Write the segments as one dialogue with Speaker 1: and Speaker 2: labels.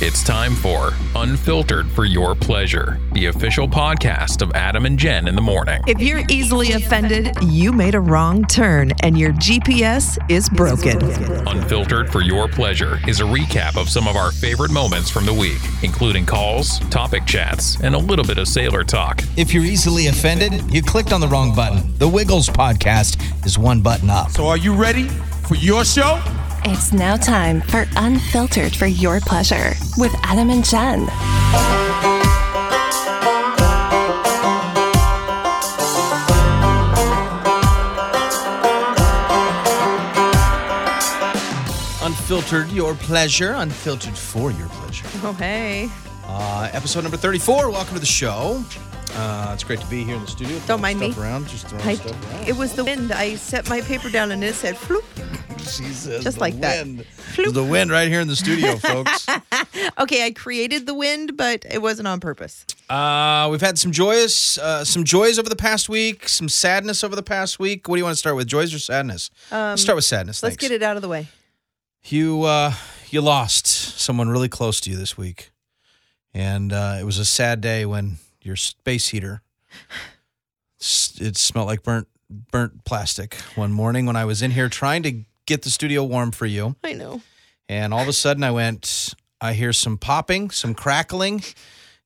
Speaker 1: It's time for Unfiltered for Your Pleasure, the official podcast of Adam and Jen in the morning.
Speaker 2: If you're easily offended, you made a wrong turn and your GPS is broken.
Speaker 1: Unfiltered for Your Pleasure is a recap of some of our favorite moments from the week, including calls, topic chats, and a little bit of sailor talk.
Speaker 3: If you're easily offended, you clicked on the wrong button. The Wiggles podcast is one button up.
Speaker 4: So are you ready for your show?
Speaker 5: It's now time for Unfiltered for Your Pleasure with Adam and Jen.
Speaker 3: Unfiltered your pleasure, unfiltered for your pleasure.
Speaker 2: Oh, hey.
Speaker 3: Uh, episode number 34. Welcome to the show. Uh, it's great to be here in the studio.
Speaker 2: Don't mind
Speaker 3: Stuff
Speaker 2: me.
Speaker 3: Around, just throwing
Speaker 2: I,
Speaker 3: stuff around.
Speaker 2: it was the wind. I set my paper down and it said floop.
Speaker 3: She says
Speaker 2: just
Speaker 3: the
Speaker 2: like that.
Speaker 3: wind. There's The wind right here in the studio, folks.
Speaker 2: Okay, I created the wind, but it wasn't on purpose.
Speaker 3: Uh, we've had some joyous, uh, some joys over the past week, some sadness over the past week. What do you want to start with, joys or sadness? let's start with sadness.
Speaker 2: Um, Let's get it out of the way.
Speaker 3: You uh, you lost someone really close to you this week, and uh, it was a sad day when your space heater s- it smelled like burnt burnt plastic one morning when I was in here trying to get the studio warm for you,
Speaker 2: I know.
Speaker 3: and all of a sudden I went, I hear some popping, some crackling,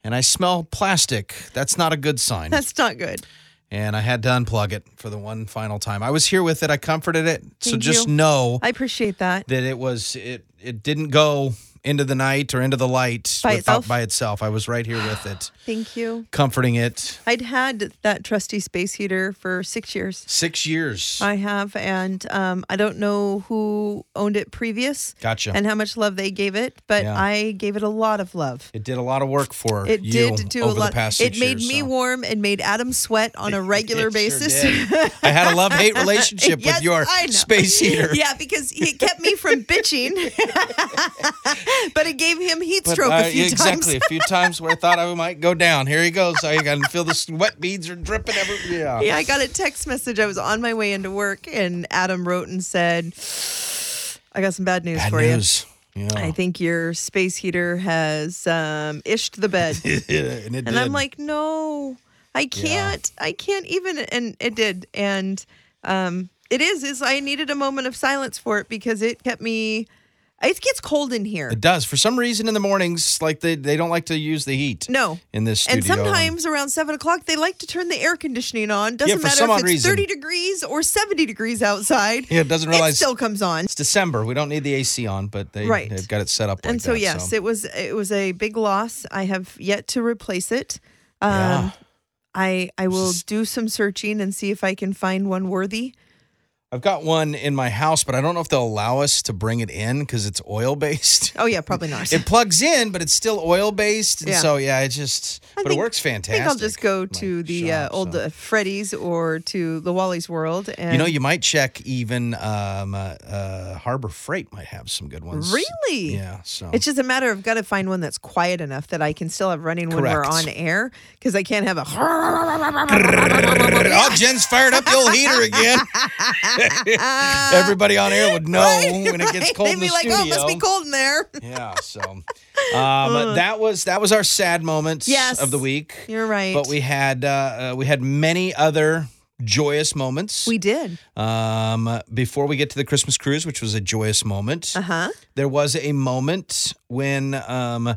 Speaker 3: and I smell plastic. That's not a good sign
Speaker 2: That's not good.
Speaker 3: and I had to unplug it for the one final time. I was here with it. I comforted it. so
Speaker 2: Thank
Speaker 3: just
Speaker 2: you.
Speaker 3: know
Speaker 2: I appreciate that.
Speaker 3: that it was it it didn't go into the night or into the light
Speaker 2: By
Speaker 3: without-
Speaker 2: itself?
Speaker 3: by itself. I was right here with it,
Speaker 2: Thank you.
Speaker 3: comforting it.
Speaker 2: I'd had that trusty space heater for six years.
Speaker 3: Six years.
Speaker 2: I have, and um, I don't know who owned it previous
Speaker 3: Gotcha.
Speaker 2: and how much love they gave it, but
Speaker 3: Yeah.
Speaker 2: I gave it a lot of love.
Speaker 3: it did a lot of work for
Speaker 2: It
Speaker 3: you
Speaker 2: did do
Speaker 3: over
Speaker 2: a lot.
Speaker 3: the past
Speaker 2: it
Speaker 3: six
Speaker 2: made
Speaker 3: years,
Speaker 2: me
Speaker 3: so.
Speaker 2: warm and made Adam sweat on a regular
Speaker 3: It sure
Speaker 2: basis.
Speaker 3: did. I had a love hate relationship
Speaker 2: Yes,
Speaker 3: with your
Speaker 2: I know.
Speaker 3: space heater.
Speaker 2: Yeah, because it kept me from bitching, but it gave him heat
Speaker 3: But
Speaker 2: stroke
Speaker 3: I-
Speaker 2: a few
Speaker 3: exactly,
Speaker 2: times.
Speaker 3: a few times where I thought I might go down. Here he goes. I can feel the sweat beads are dripping everywhere.
Speaker 2: Yeah, I got a text message. I was on my way into work, and Adam wrote and said, "I got some bad news
Speaker 3: Bad
Speaker 2: for you."
Speaker 3: news. Yeah.
Speaker 2: I think your space heater has um, ished the bed.
Speaker 3: and it
Speaker 2: and I'm
Speaker 3: did.
Speaker 2: like, no, I can't. I can't even. And it did. And um, it is, is I needed a moment of silence for it because it kept me, it gets cold in here.
Speaker 3: It does. For some reason in the mornings, like they, they don't like to use the heat.
Speaker 2: No.
Speaker 3: In this studio.
Speaker 2: And sometimes around seven o'clock, they like to turn the air conditioning on. Doesn't
Speaker 3: for
Speaker 2: matter
Speaker 3: some
Speaker 2: if
Speaker 3: odd
Speaker 2: it's
Speaker 3: reason.
Speaker 2: 30 degrees or 70 degrees outside.
Speaker 3: Yeah, it doesn't
Speaker 2: It
Speaker 3: realize-
Speaker 2: still comes on.
Speaker 3: It's December. We don't need the AC on, but they,
Speaker 2: Right.
Speaker 3: they've got it set up like
Speaker 2: and so
Speaker 3: that,
Speaker 2: yes it was it was a big loss i have yet to replace it um
Speaker 3: Yeah.
Speaker 2: i i will do some searching and see if i can find one worthy
Speaker 3: I've got one in my house, but I don't know if they'll allow us to bring it in because it's oil based.
Speaker 2: oh yeah probably not
Speaker 3: It plugs in, but it's still oil based. And
Speaker 2: Yeah.
Speaker 3: so, yeah, it just,
Speaker 2: I
Speaker 3: but it
Speaker 2: think-
Speaker 3: works
Speaker 2: I
Speaker 3: fantastic.
Speaker 2: think I'll just go
Speaker 3: in my
Speaker 2: to the uh,
Speaker 3: shop,
Speaker 2: old
Speaker 3: so.
Speaker 2: uh, Freddy's or to the Wally's World. And
Speaker 3: You know, you might check even um, uh, uh, Harbor Freight might have some good ones.
Speaker 2: really,
Speaker 3: Yeah. So
Speaker 2: it's just a matter of got to find one that's quiet enough that I can still have running when we're
Speaker 3: Correct.
Speaker 2: on air because I can't have a.
Speaker 3: Oh, Jen's fired up the old heater again. Everybody on air would know when it gets cold
Speaker 2: Uh, They'd
Speaker 3: in
Speaker 2: be
Speaker 3: the
Speaker 2: like,
Speaker 3: studio.
Speaker 2: "Oh, it must be cold in there."
Speaker 3: Yeah, so um, that was that was our sad moments
Speaker 2: Yes.
Speaker 3: of the week.
Speaker 2: You're right.
Speaker 3: But we had uh, uh, we had many other joyous moments.
Speaker 2: we did.
Speaker 3: um, before we get to the Christmas cruise, which was a joyous moment.
Speaker 2: Uh huh.
Speaker 3: There was a moment when um,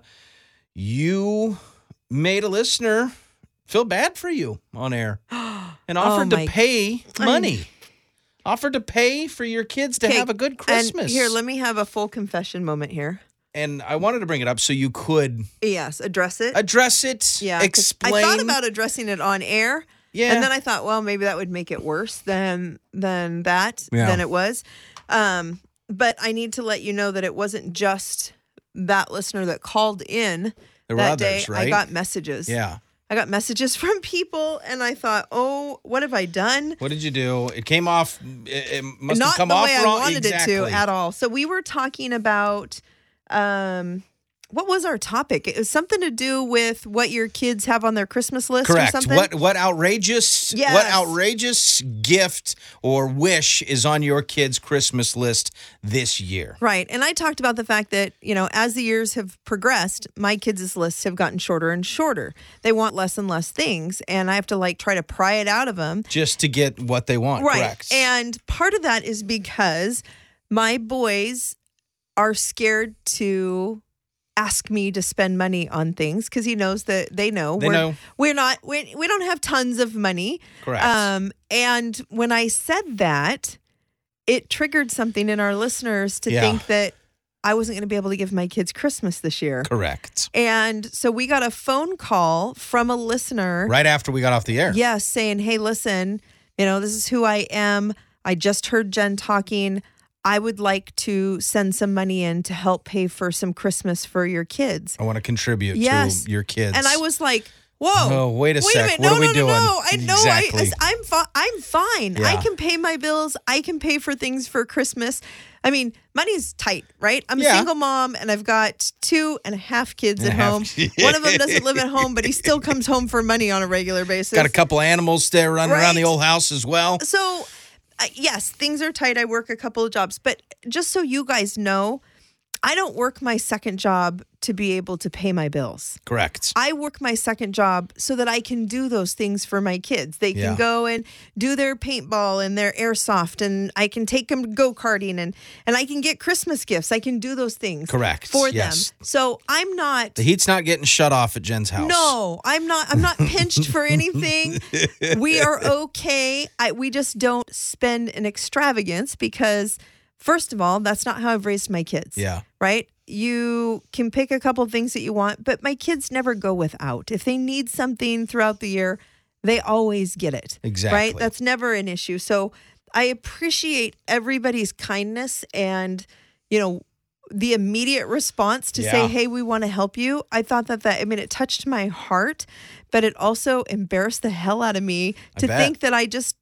Speaker 3: you made a listener feel bad for you on air and offered
Speaker 2: Oh my-
Speaker 3: to pay money. Offered to pay for your kids to
Speaker 2: Okay,
Speaker 3: have a good
Speaker 2: And
Speaker 3: Christmas.
Speaker 2: here, let me have a full confession moment here.
Speaker 3: and I wanted to bring it up so you could
Speaker 2: Yes, address it.
Speaker 3: address it,
Speaker 2: yeah, 'cause
Speaker 3: explain.
Speaker 2: I thought about addressing it on air.
Speaker 3: Yeah.
Speaker 2: And then I thought, well, maybe that would make it worse than than that
Speaker 3: Yeah.
Speaker 2: than it was. Um, but I need to let you know that it wasn't just that listener that called in
Speaker 3: There were
Speaker 2: that day.
Speaker 3: others,
Speaker 2: I
Speaker 3: right?
Speaker 2: got messages.
Speaker 3: yeah.
Speaker 2: I got messages from people, and I thought, oh, what have I done?
Speaker 3: What did you do? It came off. It, it must
Speaker 2: not
Speaker 3: have come
Speaker 2: the
Speaker 3: off
Speaker 2: way
Speaker 3: wrong.
Speaker 2: I wanted
Speaker 3: exactly.
Speaker 2: it to at all. So we were talking about um, what was our topic? It was something to do with what your kids have on their Christmas list or
Speaker 3: Correct.
Speaker 2: something.
Speaker 3: What what outrageous what
Speaker 2: Yes.
Speaker 3: outrageous gift or wish is on your kids' Christmas list this year?
Speaker 2: Right. And I talked about the fact that, you know, as the years have progressed, my kids' lists have gotten shorter and shorter. They want less and less things, and I have to like try to pry it out of them.
Speaker 3: Just to get what they want.
Speaker 2: Right.
Speaker 3: Uh, Correct.
Speaker 2: And part of that is because my boys are scared to ask me to spend money on things because he knows that they know
Speaker 3: They
Speaker 2: we're
Speaker 3: know.
Speaker 2: we're not we, we don't have tons of money.
Speaker 3: Correct.
Speaker 2: Um and when I said that, it triggered something in our listeners to
Speaker 3: Yeah.
Speaker 2: think that I wasn't going to be able to give my kids Christmas this year.
Speaker 3: Correct.
Speaker 2: And so we got a phone call from a listener
Speaker 3: Right after we got off the air.
Speaker 2: Yes, saying, "Hey, listen, you know, this is who I am. I just heard Jen talking. I would like to send some money in to help pay for some Christmas for your kids."
Speaker 3: I want to contribute
Speaker 2: Yes.
Speaker 3: to your kids.
Speaker 2: And I was like, "Whoa!
Speaker 3: Oh, wait a sec.
Speaker 2: minute.
Speaker 3: What
Speaker 2: no,
Speaker 3: are we
Speaker 2: no,
Speaker 3: doing?
Speaker 2: No, no, I know.
Speaker 3: Exactly.
Speaker 2: I, I'm fine. I'm fine. I
Speaker 3: Yeah.
Speaker 2: can pay my bills. I can pay for things for Christmas. I mean, money's tight, right? I'm
Speaker 3: Yeah.
Speaker 2: a single mom, and I've got two and a half kids at
Speaker 3: a half
Speaker 2: home. One of them doesn't live at home, but he still comes home for money on a regular basis.
Speaker 3: got a couple animals there running around the
Speaker 2: Right.
Speaker 3: old house as well.
Speaker 2: so uh, yes things are tight i work a couple of jobs but just so you guys know i don't work my second job to be able to pay my bills
Speaker 3: Correct.
Speaker 2: i work my second job so that i can do those things for my kids they
Speaker 3: Yeah.
Speaker 2: can go and do their paintball and their airsoft and i can take them go-karting and and i can get christmas gifts i can do those things
Speaker 3: Correct.
Speaker 2: for
Speaker 3: Yes.
Speaker 2: them so i'm not
Speaker 3: The heat's not getting shut off at Jen's house.
Speaker 2: no, I'm not. I'm not pinched for anything. We are okay. I, we just don't spend an extravagance because, first of all, that's not how I've raised my kids.
Speaker 3: Yeah.
Speaker 2: Right. You can pick a couple things that you want, but my kids never go without. If they need something throughout the year, they always get it.
Speaker 3: Exactly.
Speaker 2: Right. That's never an issue. So I appreciate everybody's kindness and, you know, the immediate response to
Speaker 3: Yeah.
Speaker 2: say, hey, we want to help you. I thought that that, I mean, it touched my heart, but it also embarrassed the hell out of me
Speaker 3: I
Speaker 2: to
Speaker 3: bet.
Speaker 2: think that I just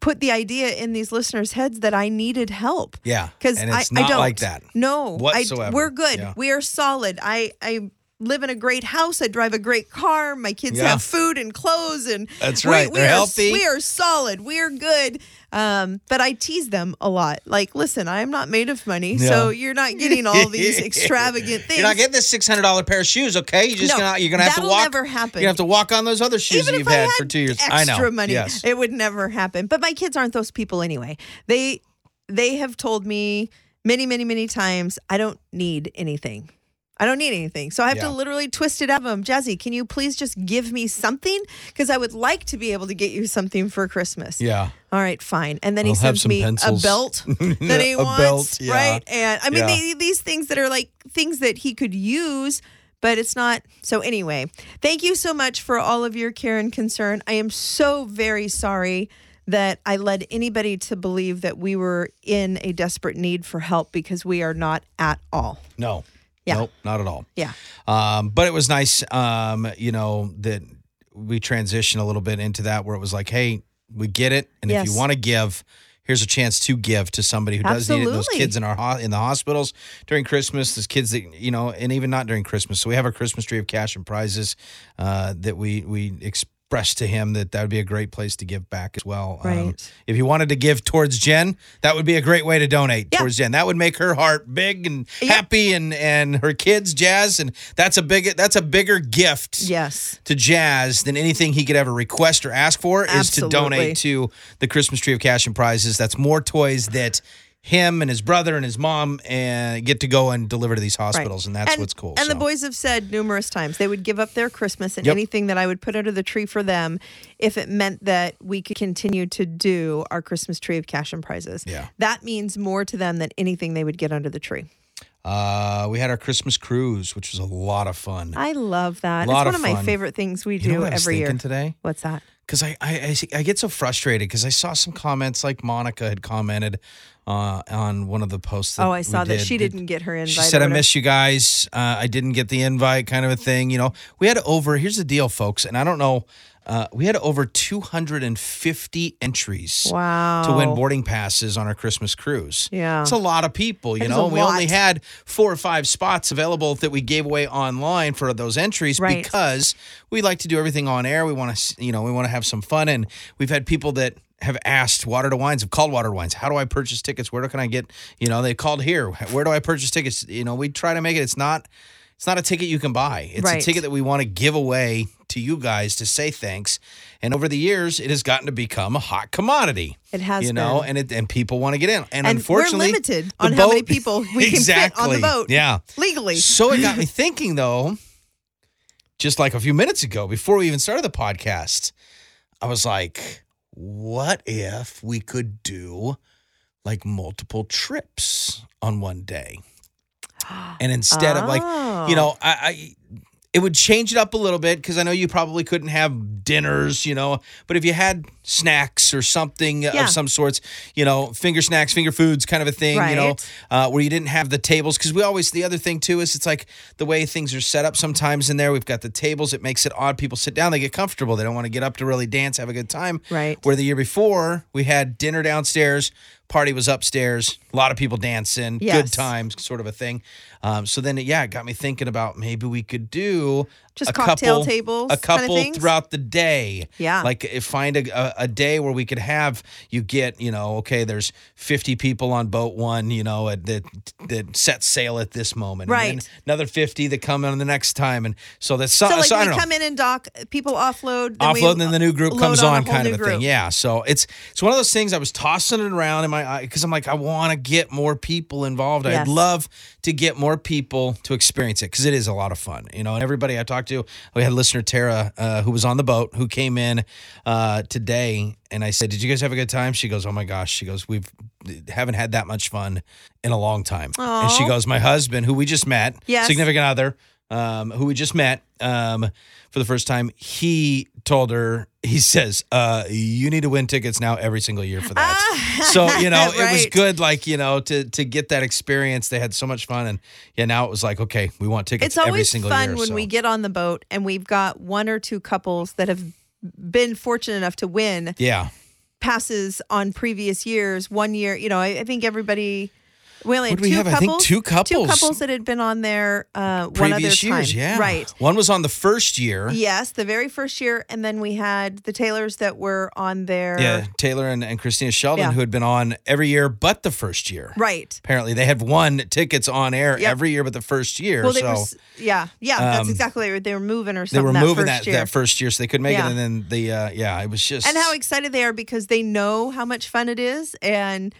Speaker 2: put the idea in these listeners' heads that I needed help.
Speaker 3: Yeah.
Speaker 2: Because
Speaker 3: And
Speaker 2: I,
Speaker 3: it's
Speaker 2: I
Speaker 3: not
Speaker 2: don't
Speaker 3: like that.
Speaker 2: No, I-
Speaker 3: Whatsoever.
Speaker 2: we're good.
Speaker 3: Yeah.
Speaker 2: We are solid. I, I live in a great house. I drive a great car. My kids
Speaker 3: Yeah.
Speaker 2: have food and clothes, and
Speaker 3: That's right.
Speaker 2: We, we
Speaker 3: They're
Speaker 2: are
Speaker 3: healthy.
Speaker 2: We are solid. We are good. Um, but I tease them a lot. Like, listen, I'm not made of money, so you're not getting all these extravagant things.
Speaker 3: You're not getting this six hundred dollar pair of shoes, okay? You're just
Speaker 2: No,
Speaker 3: gonna you're gonna have to
Speaker 2: that'll
Speaker 3: walk.
Speaker 2: never happen.
Speaker 3: You're gonna have to walk on those other shoes
Speaker 2: even
Speaker 3: that
Speaker 2: if
Speaker 3: you've
Speaker 2: I
Speaker 3: had,
Speaker 2: had
Speaker 3: for two years.
Speaker 2: Extra
Speaker 3: I know.
Speaker 2: money,
Speaker 3: Yes.
Speaker 2: it would never happen. But my kids aren't those people anyway. They they have told me many, many, many times I don't need anything. I don't need anything. So I have
Speaker 3: Yeah.
Speaker 2: to literally twist it out of them. Jazzy, can you please just give me something? Because I would like to be able to get you something for Christmas.
Speaker 3: Yeah.
Speaker 2: All right, fine. And then
Speaker 3: I'll
Speaker 2: he
Speaker 3: have
Speaker 2: sends
Speaker 3: some
Speaker 2: me
Speaker 3: pencils.
Speaker 2: a belt that he
Speaker 3: A
Speaker 2: wants,
Speaker 3: belt, yeah.
Speaker 2: right? And I mean,
Speaker 3: Yeah.
Speaker 2: they, these things that are like things that he could use, but it's not. So anyway, thank you so much for all of your care and concern. I am so very sorry that I led anybody to believe that we were in a desperate need for help because we are not at all.
Speaker 3: No.
Speaker 2: Yeah.
Speaker 3: Nope. Not at all.
Speaker 2: Yeah.
Speaker 3: Um, but it was nice, um, you know, that we transitioned a little bit into that where it was like, hey, we get it, and if
Speaker 2: Yes.
Speaker 3: you want to give, here's a chance to give to somebody who does need it. Those
Speaker 2: Absolutely.
Speaker 3: kids in our ho- in the hospitals during Christmas, those kids that you know, and even not during Christmas. So we have our Christmas tree of cash and prizes uh, that we we expressed to him that that would be a great place to give back as well. Um,
Speaker 2: Right.
Speaker 3: if you wanted to give towards Jen, that would be a great way to donate
Speaker 2: Yeah.
Speaker 3: towards Jen. That would make her heart big and
Speaker 2: Yeah.
Speaker 3: happy, and and her kids jazz, and that's a big that's a bigger gift
Speaker 2: Yes.
Speaker 3: to Jazz than anything he could ever request or ask for is to
Speaker 2: Absolutely.
Speaker 3: donate to the Christmas Tree of Cash and Prizes. That's more toys that him and his brother and his mom and get to go and deliver to these hospitals, and that's what's cool.
Speaker 2: And the
Speaker 3: so.
Speaker 2: boys have said numerous times they would give up their Christmas and
Speaker 3: Yep.
Speaker 2: anything that I would put under the tree for them if it meant that we could continue to do our Christmas tree of cash and prizes.
Speaker 3: Yeah.
Speaker 2: That means more to them than anything they would get under the tree.
Speaker 3: uh, we had our Christmas cruise, which was a lot of fun.
Speaker 2: I love that.
Speaker 3: Lot
Speaker 2: it's one
Speaker 3: of
Speaker 2: of, my
Speaker 3: fun.
Speaker 2: favorite things we
Speaker 3: you know
Speaker 2: do
Speaker 3: what I was
Speaker 2: every year.
Speaker 3: thinking today?
Speaker 2: What's that?
Speaker 3: because I I, I see- I get so frustrated because I saw some comments like Monica had commented uh, on one of the posts.
Speaker 2: Oh, I
Speaker 3: we
Speaker 2: saw that
Speaker 3: did.
Speaker 2: she
Speaker 3: Did-
Speaker 2: didn't get her invite.
Speaker 3: She
Speaker 2: or
Speaker 3: said, "I
Speaker 2: whatever."
Speaker 3: miss you guys. Uh, I didn't get the invite, kind of a thing." You know, we had over. Here's the deal, folks, and I don't know. Uh, we had over 250 entries
Speaker 2: Wow.
Speaker 3: to win boarding passes on our Christmas cruise.
Speaker 2: Yeah.
Speaker 3: It's a lot of people, you
Speaker 2: That is
Speaker 3: know.
Speaker 2: a
Speaker 3: We only
Speaker 2: lot.
Speaker 3: had four or five spots available that we gave away online for those entries
Speaker 2: Right.
Speaker 3: because we like to do everything on air. We want to, you know, we want to have some fun. And we've had people that have asked Water to Wines, have called Water to Wines, how do I purchase tickets? Where can I get, you know, they called here. Where do I purchase tickets? You know, we try to make it, it's not. It's not a ticket you can buy. It's
Speaker 2: Right.
Speaker 3: a ticket that we want to give away to you guys to say thanks. And over the years, it has gotten to become a hot commodity
Speaker 2: It has
Speaker 3: you know,
Speaker 2: been.
Speaker 3: and it and people want to get in,
Speaker 2: And
Speaker 3: and,
Speaker 2: we're
Speaker 3: unfortunately,
Speaker 2: limited
Speaker 3: the
Speaker 2: on how many
Speaker 3: boat-
Speaker 2: people we can fit on
Speaker 3: Exactly.
Speaker 2: the boat.
Speaker 3: Yeah,
Speaker 2: Legally.
Speaker 3: so it got me thinking, though, just like a few minutes ago, before we even started the podcast, I was like, what if we could do like multiple trips on one day? And instead of like, you
Speaker 2: Oh.
Speaker 3: know, I, I it would change it up a little bit because I know you probably couldn't have dinners, you know, but if you had snacks or something
Speaker 2: Yeah.
Speaker 3: of some sorts, you know, finger snacks, finger foods kind of a thing, you know,
Speaker 2: Right.
Speaker 3: uh, where you didn't have the tables. Because we always, the other thing too is it's like the way things are set up sometimes in there. We've got the tables, it makes it odd. People sit down, they get comfortable. They don't want to get up to really dance, have a good time.
Speaker 2: Right.
Speaker 3: Where the year before, we had dinner downstairs, party was upstairs, a lot of people dancing,
Speaker 2: Yes.
Speaker 3: good times, sort of a thing. Um, so then, yeah, it got me thinking about maybe we could do
Speaker 2: Just
Speaker 3: a
Speaker 2: cocktail
Speaker 3: couple,
Speaker 2: tables
Speaker 3: a
Speaker 2: kinda
Speaker 3: couple
Speaker 2: things?
Speaker 3: throughout the day.
Speaker 2: Yeah.
Speaker 3: like uh, find a, a a day where we could have you get you know okay, there's 50 people on boat one, you know at- that that set sail at this moment, And
Speaker 2: Right.
Speaker 3: then another 50 that come on the next time, and so that's so,
Speaker 2: So, like,
Speaker 3: so I
Speaker 2: we
Speaker 3: don't know
Speaker 2: come in and dock, people offload. Then we
Speaker 3: offload, and then the new group
Speaker 2: load
Speaker 3: comes
Speaker 2: on,
Speaker 3: on,
Speaker 2: a whole
Speaker 3: kind of
Speaker 2: new
Speaker 3: a
Speaker 2: group.
Speaker 3: thing. Yeah, so it's it's one of those things. I was tossing it around in my eye because I'm like, I want to get more people involved.
Speaker 2: Yes.
Speaker 3: I'd love to get more people to experience it because it is a lot of fun, you know. And everybody I talked to, we had listener Tara uh, who was on the boat who came in uh, today, and I said, "Did you guys have a good time?" She goes, "Oh my gosh," she goes, "We've haven't had that much fun in a long time," and she
Speaker 2: Aw.
Speaker 3: goes, "My husband, who we just met,
Speaker 2: Yes.
Speaker 3: significant other um, who we just met um, for the first time, he told her, he says, uh, you need to win tickets now every single year for that. so, you know, it was
Speaker 2: Ah. Right.
Speaker 3: good, like, you know, to to get that experience. They had so much fun. And yeah, now it was like, okay, we want
Speaker 2: It's
Speaker 3: tickets every
Speaker 2: always
Speaker 3: single
Speaker 2: fun
Speaker 3: year.
Speaker 2: when
Speaker 3: so.
Speaker 2: we get on the boat and we've got one or two couples that have been fortunate enough to win
Speaker 3: yeah.
Speaker 2: passes on previous years. One year, you know, I, I think everybody. We only had
Speaker 3: What did we
Speaker 2: two
Speaker 3: have? I
Speaker 2: couples.
Speaker 3: think two
Speaker 2: Two
Speaker 3: couples.
Speaker 2: couples that had been on there uh, one other
Speaker 3: Previous
Speaker 2: time.
Speaker 3: years, yeah.
Speaker 2: Right.
Speaker 3: One was on the first year.
Speaker 2: Yes, the very first year, and then we had the Taylors that were on there.
Speaker 3: Yeah, Taylor and, and Christina Sheldon,
Speaker 2: Yeah.
Speaker 3: who had been on every year but the first year.
Speaker 2: Right.
Speaker 3: Apparently, they had won tickets on air
Speaker 2: Yep.
Speaker 3: every year but the first year.
Speaker 2: Well, they
Speaker 3: so
Speaker 2: were. s- Yeah, yeah. that's
Speaker 3: um,
Speaker 2: exactly what they were- they were moving or
Speaker 3: they
Speaker 2: something.
Speaker 3: were
Speaker 2: that
Speaker 3: moving
Speaker 2: first
Speaker 3: that,
Speaker 2: year.
Speaker 3: that first year so they couldn't make
Speaker 2: Yeah.
Speaker 3: it and then the uh, yeah it was just
Speaker 2: and how excited they are because they know how much fun it is, and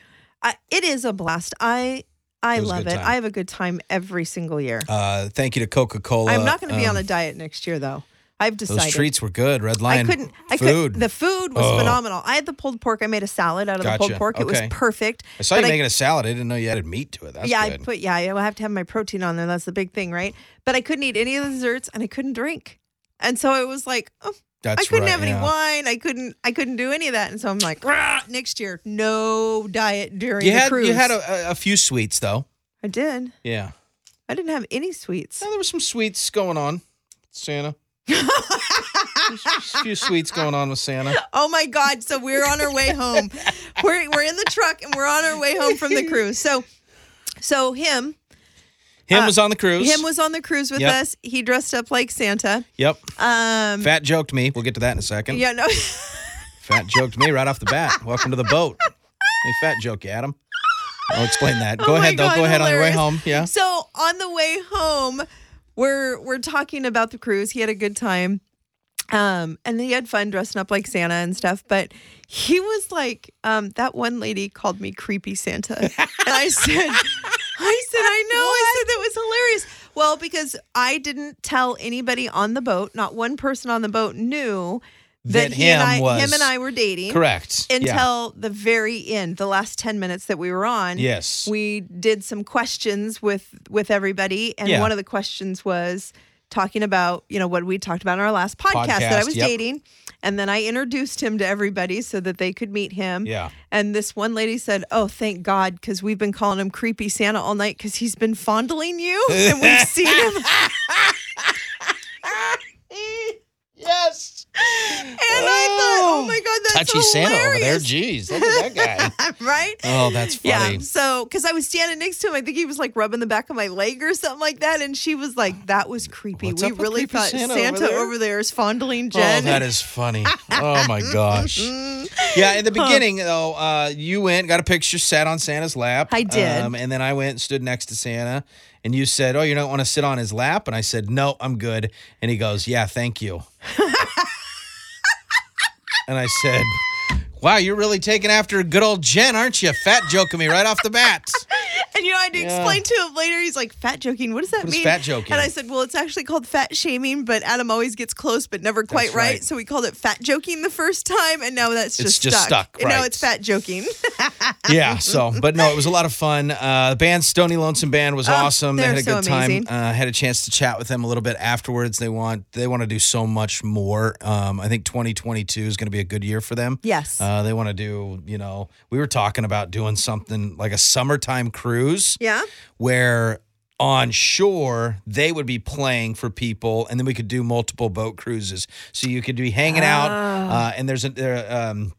Speaker 2: I, it is a blast. I I
Speaker 3: It was a
Speaker 2: love
Speaker 3: good
Speaker 2: it.
Speaker 3: time.
Speaker 2: I have a good time every single year.
Speaker 3: uh, thank you to coca-cola
Speaker 2: I'm not going to be
Speaker 3: Um,
Speaker 2: on a diet next year, though. I've decided.
Speaker 3: those treats were good red
Speaker 2: I
Speaker 3: line
Speaker 2: couldn't. I
Speaker 3: food
Speaker 2: could. The food was
Speaker 3: Oh.
Speaker 2: phenomenal. I had the pulled pork. I made a salad out of the pulled
Speaker 3: Gotcha.
Speaker 2: pork. It was
Speaker 3: Okay.
Speaker 2: perfect.
Speaker 3: i saw you
Speaker 2: but
Speaker 3: making a salad i didn't know you added meat to it that's
Speaker 2: yeah,
Speaker 3: good
Speaker 2: I put yeah, I have to have my protein on there. That's the big thing, right? But I couldn't eat any of the desserts and I couldn't drink. And so it was like, oh,
Speaker 3: that's
Speaker 2: I couldn't
Speaker 3: right,
Speaker 2: have any
Speaker 3: yeah.
Speaker 2: wine. I couldn't I couldn't do any of that. And so I'm like, "Rah, next year, no diet during
Speaker 3: you
Speaker 2: the
Speaker 3: had
Speaker 2: cruise.
Speaker 3: you had a, a- a few sweets though
Speaker 2: I did.
Speaker 3: yeah
Speaker 2: I didn't have any sweets.
Speaker 3: Now, there was some sweets going on santa There's a few sweets going on with santa
Speaker 2: Oh my God. So we're on our way home. We're we're in the truck and we're on our way home from the cruise. So so him
Speaker 3: him was on the cruise
Speaker 2: Uh, him was on the cruise with
Speaker 3: Yep.
Speaker 2: us. He dressed up like Santa.
Speaker 3: yep
Speaker 2: Um
Speaker 3: fat joked me we'll get to that in a second
Speaker 2: yeah, no.
Speaker 3: Fat joked me right off the bat. Welcome to the boat. Hey, fat joke you, Adam. I'll explain that. Go
Speaker 2: Oh my
Speaker 3: ahead, though.
Speaker 2: God,
Speaker 3: Go ahead on your way
Speaker 2: hilarious.
Speaker 3: home. Yeah.
Speaker 2: So on the way home, we're we're talking about the cruise. He had a good time. Um, and he had fun dressing up like Santa and stuff, but he was like, um, that one lady called me creepy Santa. And I said, I said, I know. I said that was hilarious. Well, because I didn't tell anybody on the boat, not one person on the boat knew that,
Speaker 3: That
Speaker 2: he and
Speaker 3: him
Speaker 2: I
Speaker 3: was-
Speaker 2: him and I were dating
Speaker 3: Correct. Yeah.
Speaker 2: until the very end the last 10 minutes that we were on
Speaker 3: Yes.
Speaker 2: we did some questions with with everybody and
Speaker 3: Yeah.
Speaker 2: one of the questions was talking about, you know, what we talked about in our last podcast, that I
Speaker 3: Podcast,
Speaker 2: was
Speaker 3: yep.
Speaker 2: dating. And then I introduced him to everybody so that they could meet him.
Speaker 3: Yeah.
Speaker 2: And this one lady said, Oh, thank God, because we've been calling him creepy Santa all night because he's been fondling you and we've seen him.
Speaker 6: Yes.
Speaker 2: And I thought, oh my God, that's
Speaker 6: Touchy Santa over there.
Speaker 2: hilarious.
Speaker 6: Jeez, look at that guy.
Speaker 2: right?
Speaker 3: Oh, that's funny.
Speaker 2: Yeah. So, because I was standing next to him, I think he was like rubbing the back of my leg or something like that. And she was like, that was creepy.
Speaker 3: What's
Speaker 2: we
Speaker 3: up with
Speaker 2: really
Speaker 3: creepy
Speaker 2: thought Santa,
Speaker 3: Santa over there?"
Speaker 2: over there is fondling
Speaker 3: Oh,
Speaker 2: Jen.
Speaker 3: that is funny. Oh my gosh. Yeah, in the beginning though, uh, you went, got a picture, sat on Santa's lap. Um,
Speaker 2: I did.
Speaker 3: and then I went and stood next to Santa, and you said, "Oh, you don't want to sit on his lap?" And I said, "No, I'm good." And he goes, "Yeah, thank you." and I said, "Wow, you're really taking after good old Jen, aren't you? Fat joking me right off the bat."
Speaker 2: and you know, I had to explain to him later. He's like, fat joking. What does that
Speaker 3: What is
Speaker 2: mean?
Speaker 3: fat joking?
Speaker 2: And I said, well, it's actually called fat shaming, but Adam always gets close, but never quite right.
Speaker 3: right.
Speaker 2: So we called it fat joking the first time. And now that's just,
Speaker 3: just stuck,
Speaker 2: And now
Speaker 3: right.
Speaker 2: it's fat joking.
Speaker 3: yeah. So, but no, it was a lot of fun. Uh, the band Stony Lonesome Band was awesome. They
Speaker 2: Oh, they're
Speaker 3: had a
Speaker 2: so
Speaker 3: good time.
Speaker 2: amazing.
Speaker 3: Uh, had a chance to chat with them a little bit afterwards. They want they want to do so much more. Um, I think 2022 is going to be a good year for them.
Speaker 2: Yes.
Speaker 3: Uh, they want to do. You know, we were talking about doing something like a summertime cruise
Speaker 2: yeah.
Speaker 3: where on shore they would be playing for people and then we could do multiple boat cruises so you could be hanging out
Speaker 2: Ah.
Speaker 3: uh, and there's a there, um,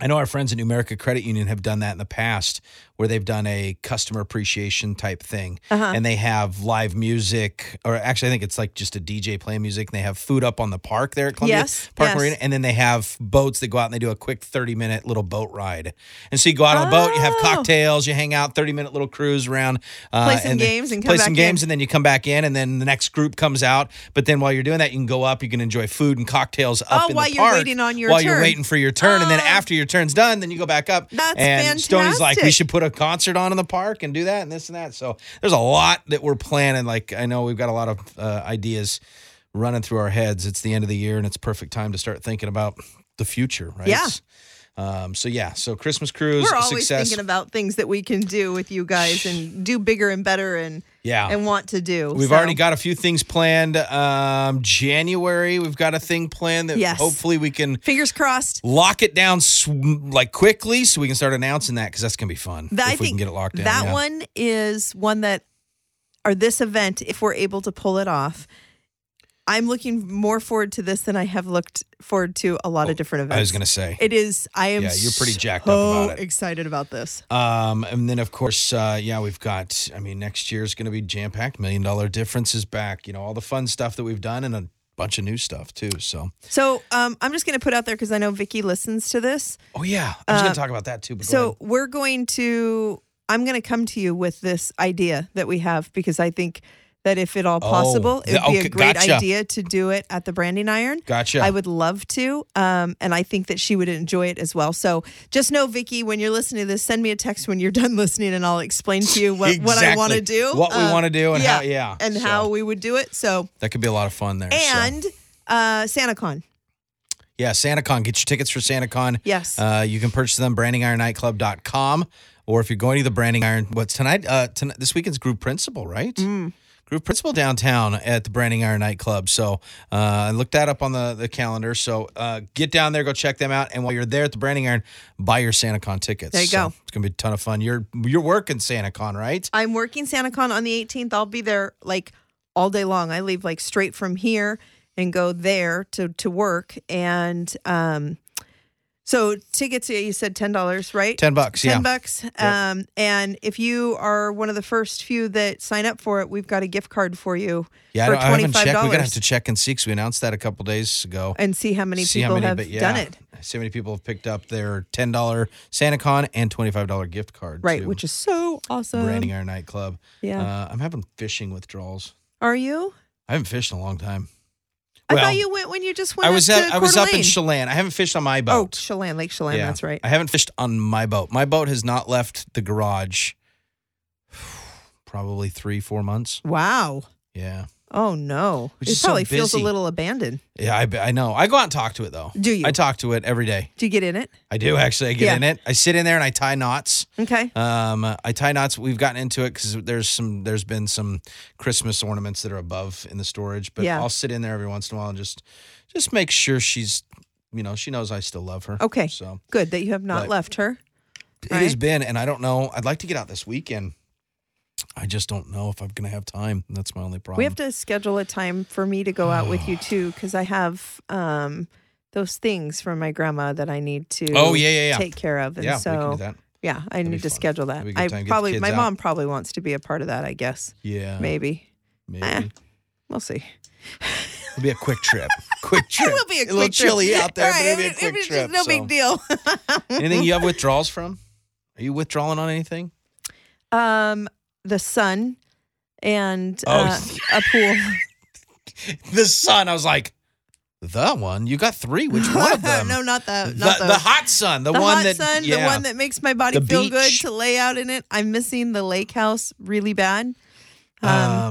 Speaker 3: i know our friends at numerica credit union have done that in the past where they've done a customer appreciation type thing
Speaker 2: Uh-huh.
Speaker 3: and they have live music or actually i think it's like just a dj playing music and they have food up on the park there at columbia
Speaker 2: Yes,
Speaker 3: park
Speaker 2: yes.
Speaker 3: marina and then they have boats that go out and they do a quick 30 minute little boat ride and so you go out on the boat you have
Speaker 2: Oh.
Speaker 3: cocktails you hang out 30 minute little cruise around uh,
Speaker 2: Play some
Speaker 3: then-
Speaker 2: games and come
Speaker 3: play some
Speaker 2: back
Speaker 3: games
Speaker 2: in.
Speaker 3: and then you come back in and then the next group comes out but then while you're doing that you can go up you can enjoy food and cocktails up
Speaker 2: Oh,
Speaker 3: in
Speaker 2: while
Speaker 3: the
Speaker 2: you're
Speaker 3: park
Speaker 2: waiting on your
Speaker 3: while you're
Speaker 2: turn.
Speaker 3: waiting for your turn and then
Speaker 2: Oh.
Speaker 3: after your turn's done then you go back up
Speaker 2: That's
Speaker 3: and Stoney's like we
Speaker 2: fantastic.
Speaker 3: should put a concert on in the park and do that and this and that so there's a lot that we're planning like I know we've got a lot of uh, ideas running through our heads it's the end of the year and it's perfect time to start thinking about the future right
Speaker 2: Yeah.
Speaker 3: um, so yeah so Christmas cruise
Speaker 2: We're
Speaker 3: a
Speaker 2: always
Speaker 3: success
Speaker 2: thinking about things that we can do with you guys and do bigger and better and
Speaker 3: yeah
Speaker 2: and want to do.
Speaker 3: We've
Speaker 2: So-
Speaker 3: already got a few things planned. Um, January, we've got a thing planned that
Speaker 2: Yes.
Speaker 3: hopefully we can
Speaker 2: fingers crossed.
Speaker 3: lock it down sw- like quickly, so we can start announcing that because that's gonna be fun.
Speaker 2: That,
Speaker 3: if
Speaker 2: I
Speaker 3: we
Speaker 2: think
Speaker 3: can get it locked down.
Speaker 2: that
Speaker 3: yeah.
Speaker 2: one is one that, or this event, if we're able to pull it off, I'm looking more forward to this than I have looked forward to a lot of different events.
Speaker 3: Oh, I was gonna say.
Speaker 2: It is. I am.
Speaker 3: Yeah, you're pretty jacked up
Speaker 2: so
Speaker 3: about it.
Speaker 2: Excited about this.
Speaker 3: Um, and then of course, uh, yeah, we've got. I mean, next year's gonna be jam packed. Million dollar difference is back. You know, all the fun stuff that we've done and a bunch of new stuff too. So,
Speaker 2: So um, I'm just going to put out there because I know Vicky listens to this.
Speaker 3: oh yeah, I was gonna talk about that too. But go
Speaker 2: So
Speaker 3: ahead.
Speaker 2: we're going to. I'm going to come to you with this idea that we have because I think that if at all possible, it
Speaker 3: th-
Speaker 2: would be
Speaker 3: Oh, okay,
Speaker 2: a great
Speaker 3: gotcha.
Speaker 2: idea to do it at the Branding Iron.
Speaker 3: Gotcha.
Speaker 2: I would love to, um, and I think that she would enjoy it as well. So just know, Vicky, when you're listening to this, send me a text when you're done listening, and I'll explain to you what, what I
Speaker 3: Exactly.
Speaker 2: want to do,
Speaker 3: What we
Speaker 2: Um,
Speaker 3: wanna do and how- yeah,
Speaker 2: and
Speaker 3: so.
Speaker 2: how we would do it. So
Speaker 3: that could be a lot of fun there. so.
Speaker 2: and uh, SantaCon,
Speaker 3: Yeah, SantaCon. Get your tickets for SantaCon.
Speaker 2: Yes.
Speaker 3: Uh, you can purchase them brandingironnightclub.com. Or if you're going to the Branding Iron, what's tonight? Uh, tonight this weekend's Group Principal, right?
Speaker 2: Mm.
Speaker 3: Group Principal downtown at the Branding Iron nightclub. So uh, I looked that up on the, the calendar. So uh, get down there, go check them out, and while you're there at the Branding Iron, buy your SantaCon tickets.
Speaker 2: There you
Speaker 3: So
Speaker 2: go.
Speaker 3: it's gonna be a ton of fun. You're you're working SantaCon, right?
Speaker 2: I'm working SantaCon on the 18th. I'll be there like all day long. I leave like straight from here and go there to to work. And um, so tickets, yeah, you said ten dollars, right?
Speaker 3: Ten bucks. yeah.
Speaker 2: Ten bucks. Um, and if you are one of the first few that sign up for it, we've got a gift card for you
Speaker 3: Yeah, I,
Speaker 2: for
Speaker 3: don't- I haven't checked. We're gonna have
Speaker 2: $25
Speaker 3: to check and see because we announced that a couple days ago.
Speaker 2: and see how many people have
Speaker 3: but
Speaker 2: done it.
Speaker 3: See how many people have picked up their ten dollar SantaCon and twenty five dollar gift card.
Speaker 2: Right,
Speaker 3: to
Speaker 2: which is so awesome.
Speaker 3: branding our nightclub.
Speaker 2: Yeah.
Speaker 3: uh, I'm having fishing withdrawals.
Speaker 2: Are you?
Speaker 3: I haven't fished in a long time.
Speaker 2: I
Speaker 3: Well,
Speaker 2: thought you went when you just went.
Speaker 3: I
Speaker 2: up
Speaker 3: was
Speaker 2: to
Speaker 3: up, I was
Speaker 2: Coeur
Speaker 3: up in
Speaker 2: d'Alene.
Speaker 3: Chelan. I haven't fished on my
Speaker 2: Oh,
Speaker 3: boat.
Speaker 2: Chelan, Lake Chelan.
Speaker 3: Yeah.
Speaker 2: That's right.
Speaker 3: I haven't fished on my boat. My boat has not left the garage. Probably three, four months.
Speaker 2: wow.
Speaker 3: Yeah.
Speaker 2: Oh no,
Speaker 3: Which
Speaker 2: it
Speaker 3: is so
Speaker 2: probably feels a
Speaker 3: busy.
Speaker 2: little abandoned.
Speaker 3: Yeah, I, I know. I go out and talk to it though.
Speaker 2: Do you?
Speaker 3: I talk to it every day.
Speaker 2: Do you get in it?
Speaker 3: I do actually. I get
Speaker 2: Yeah.
Speaker 3: in it. I sit in there and I tie knots.
Speaker 2: Okay.
Speaker 3: Um, I tie knots. We've gotten into it because there's some. There's been some Christmas ornaments that are above in the storage, but
Speaker 2: Yeah.
Speaker 3: I'll sit in there every once in a while and just, just make sure she's, you know, she knows I still love her.
Speaker 2: Okay.
Speaker 3: So
Speaker 2: Good that you have not
Speaker 3: Right.
Speaker 2: left her.
Speaker 3: it has
Speaker 2: Right.
Speaker 3: been, and I don't know. I'd like to get out this weekend. I just don't know if I'm gonna have time. That's my only problem.
Speaker 2: We have to schedule a time for me to go out with you too, because I have um, those things from my grandma that I need to.
Speaker 3: Oh, yeah, yeah, yeah.
Speaker 2: Take care of, and
Speaker 3: yeah,
Speaker 2: so
Speaker 3: we can do that.
Speaker 2: yeah, I
Speaker 3: be
Speaker 2: need to
Speaker 3: fun.
Speaker 2: schedule that.
Speaker 3: That'd be a good
Speaker 2: I
Speaker 3: time to get the
Speaker 2: probably
Speaker 3: kids
Speaker 2: my
Speaker 3: out.
Speaker 2: mom probably wants to be a part of that. I guess
Speaker 3: Yeah,
Speaker 2: maybe
Speaker 3: maybe.
Speaker 2: Eh. we'll see.
Speaker 3: It'll be a quick trip. quick trip.
Speaker 2: It will be a, quick
Speaker 3: little
Speaker 2: trip.
Speaker 3: chilly out there,
Speaker 2: Right,
Speaker 3: but it'll be a
Speaker 2: it-
Speaker 3: quick
Speaker 2: it's just
Speaker 3: trip.
Speaker 2: no
Speaker 3: so.
Speaker 2: big deal.
Speaker 3: anything you have withdrawals from? Are you withdrawing on anything?
Speaker 2: um, the sun and
Speaker 3: Oh,
Speaker 2: uh, a pool.
Speaker 3: The sun. I was like, the one. You got three. Which one of them?
Speaker 2: no, not the
Speaker 3: the,
Speaker 2: not
Speaker 3: the
Speaker 2: those.
Speaker 3: hot sun. The,
Speaker 2: the
Speaker 3: one
Speaker 2: hot
Speaker 3: that.
Speaker 2: sun,
Speaker 3: yeah.
Speaker 2: the one that makes my body
Speaker 3: The
Speaker 2: feel good
Speaker 3: beach.
Speaker 2: to lay out in it. I'm missing the lake house really bad. Um,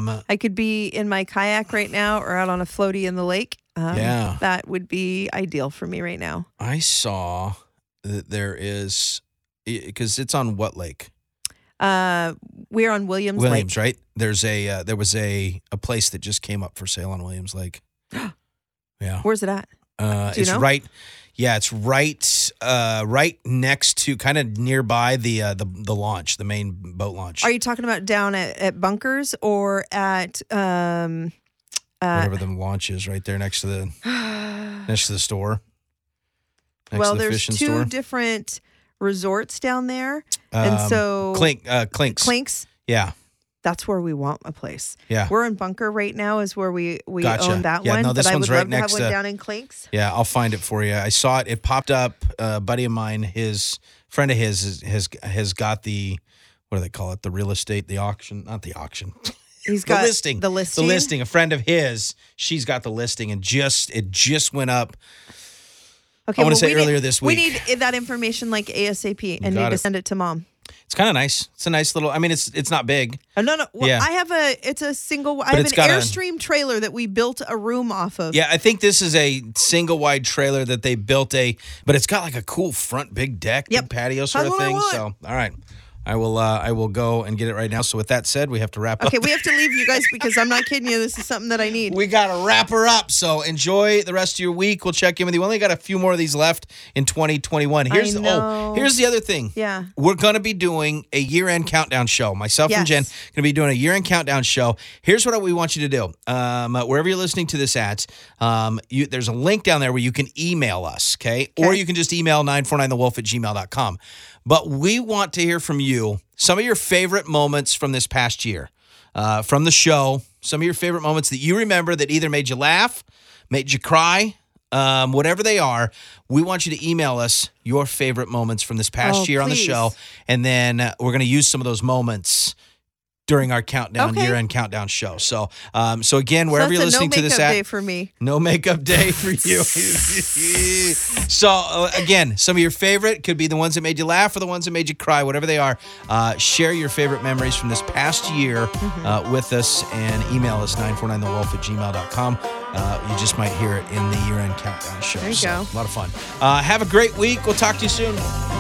Speaker 3: Um,
Speaker 2: I could be in my kayak right now or out on a floaty in the lake. Um,
Speaker 3: Yeah.
Speaker 2: That would be ideal for me right now.
Speaker 3: I saw that there is because it's on what lake?
Speaker 2: Uh, we're on Williams,
Speaker 3: Williams,
Speaker 2: Lake.
Speaker 3: right? There's a uh, there was a a place that just came up for sale on Williams Lake. yeah,
Speaker 2: Where's it at?
Speaker 3: uh,
Speaker 2: do you
Speaker 3: it's
Speaker 2: know?
Speaker 3: right. Yeah, it's right uh, right next to kind of nearby the uh, the the launch, the main boat launch.
Speaker 2: Are you talking about down at, at Bunkers or at. Um, uh,
Speaker 3: whatever the launch is right there next to the next to the store. Next
Speaker 2: well,
Speaker 3: to the
Speaker 2: there's
Speaker 3: fishing
Speaker 2: two
Speaker 3: store.
Speaker 2: different resorts down there. and
Speaker 3: Um,
Speaker 2: so.
Speaker 3: Clink uh Clinks.
Speaker 2: Clinks.
Speaker 3: Yeah.
Speaker 2: That's where we want a place.
Speaker 3: Yeah.
Speaker 2: We're in Bunker right now, is where we we
Speaker 3: Gotcha.
Speaker 2: own that
Speaker 3: Yeah,
Speaker 2: one.
Speaker 3: no, this
Speaker 2: but I
Speaker 3: one's
Speaker 2: would
Speaker 3: right
Speaker 2: love
Speaker 3: next
Speaker 2: to have one
Speaker 3: to-
Speaker 2: down in Clinks.
Speaker 3: Yeah, I'll find it for you. I saw it. It popped up. A buddy of mine, his friend of his, is- has has got the what do they call it? The real estate, the auction, not the auction,
Speaker 2: He's
Speaker 3: the
Speaker 2: got
Speaker 3: listing,
Speaker 2: The listing.
Speaker 3: the listing. A friend of his, she's got the listing, and just it just went up.
Speaker 2: Okay,
Speaker 3: I wanna
Speaker 2: well,
Speaker 3: say
Speaker 2: we
Speaker 3: earlier
Speaker 2: need,
Speaker 3: this
Speaker 2: We
Speaker 3: week.
Speaker 2: need that information like ASAP and
Speaker 3: Got
Speaker 2: need to
Speaker 3: it.
Speaker 2: send it to mom.
Speaker 3: It's kind of nice. It's a nice little. I mean, it's it's not big.
Speaker 2: Oh, no, no. Well,
Speaker 3: Yeah.
Speaker 2: I have a, it's a single, I
Speaker 3: But
Speaker 2: have
Speaker 3: it's
Speaker 2: an
Speaker 3: got a-
Speaker 2: Airstream trailer that we built a room off of.
Speaker 3: Yeah, I think this is a single wide trailer that they built a, but it's got like a cool front big deck,
Speaker 2: Yep.
Speaker 3: big patio sort
Speaker 2: That's
Speaker 3: of
Speaker 2: what I
Speaker 3: thing.
Speaker 2: want.
Speaker 3: So, all right, I will uh, I will go and get it right now. So with that said, we have to wrap up.
Speaker 2: Okay, we have to leave you guys because I'm not kidding you. This is something that I need.
Speaker 3: We got to wrap her up. So enjoy the rest of your week. We'll check in with you. We only got a few more of these left in 2021. Here's the
Speaker 2: know.
Speaker 3: oh, here's the other thing.
Speaker 2: Yeah.
Speaker 3: We're going to be doing a year-end countdown show. Myself and
Speaker 2: Yes.
Speaker 3: Jen going to be doing a year-end countdown show. Here's what we want you to do. Um, uh, wherever you're listening to this at, um, you, there's a link down there where you can email us, okay? Or you can just email 949thewolf at gmail.com. But we want to hear from you some of your favorite moments from this past year, uh, from the show, some of your favorite moments that you remember that either made you laugh, made you cry, um, whatever they are, we want you to email us your favorite moments from this past
Speaker 2: Oh,
Speaker 3: year on the
Speaker 2: please.
Speaker 3: show. And then uh, we're going to use some of those moments during our countdown,
Speaker 2: Okay.
Speaker 3: year end countdown show. So, um, so again, wherever
Speaker 2: That's
Speaker 3: you're
Speaker 2: a
Speaker 3: listening
Speaker 2: no
Speaker 3: to this
Speaker 2: makeup
Speaker 3: at,
Speaker 2: day for me.
Speaker 3: no makeup day for you. so, uh, again, some of your favorite could be the ones that made you laugh or the ones that made you cry, whatever they are. Uh, share your favorite memories from this past year
Speaker 2: Mm-hmm.
Speaker 3: uh, with us and email us 949thewolf at gmail.com. Uh, you just might hear it in the year end countdown show.
Speaker 2: There you
Speaker 3: So,
Speaker 2: go.
Speaker 3: A lot of fun. Uh, have a great week. We'll talk to you soon.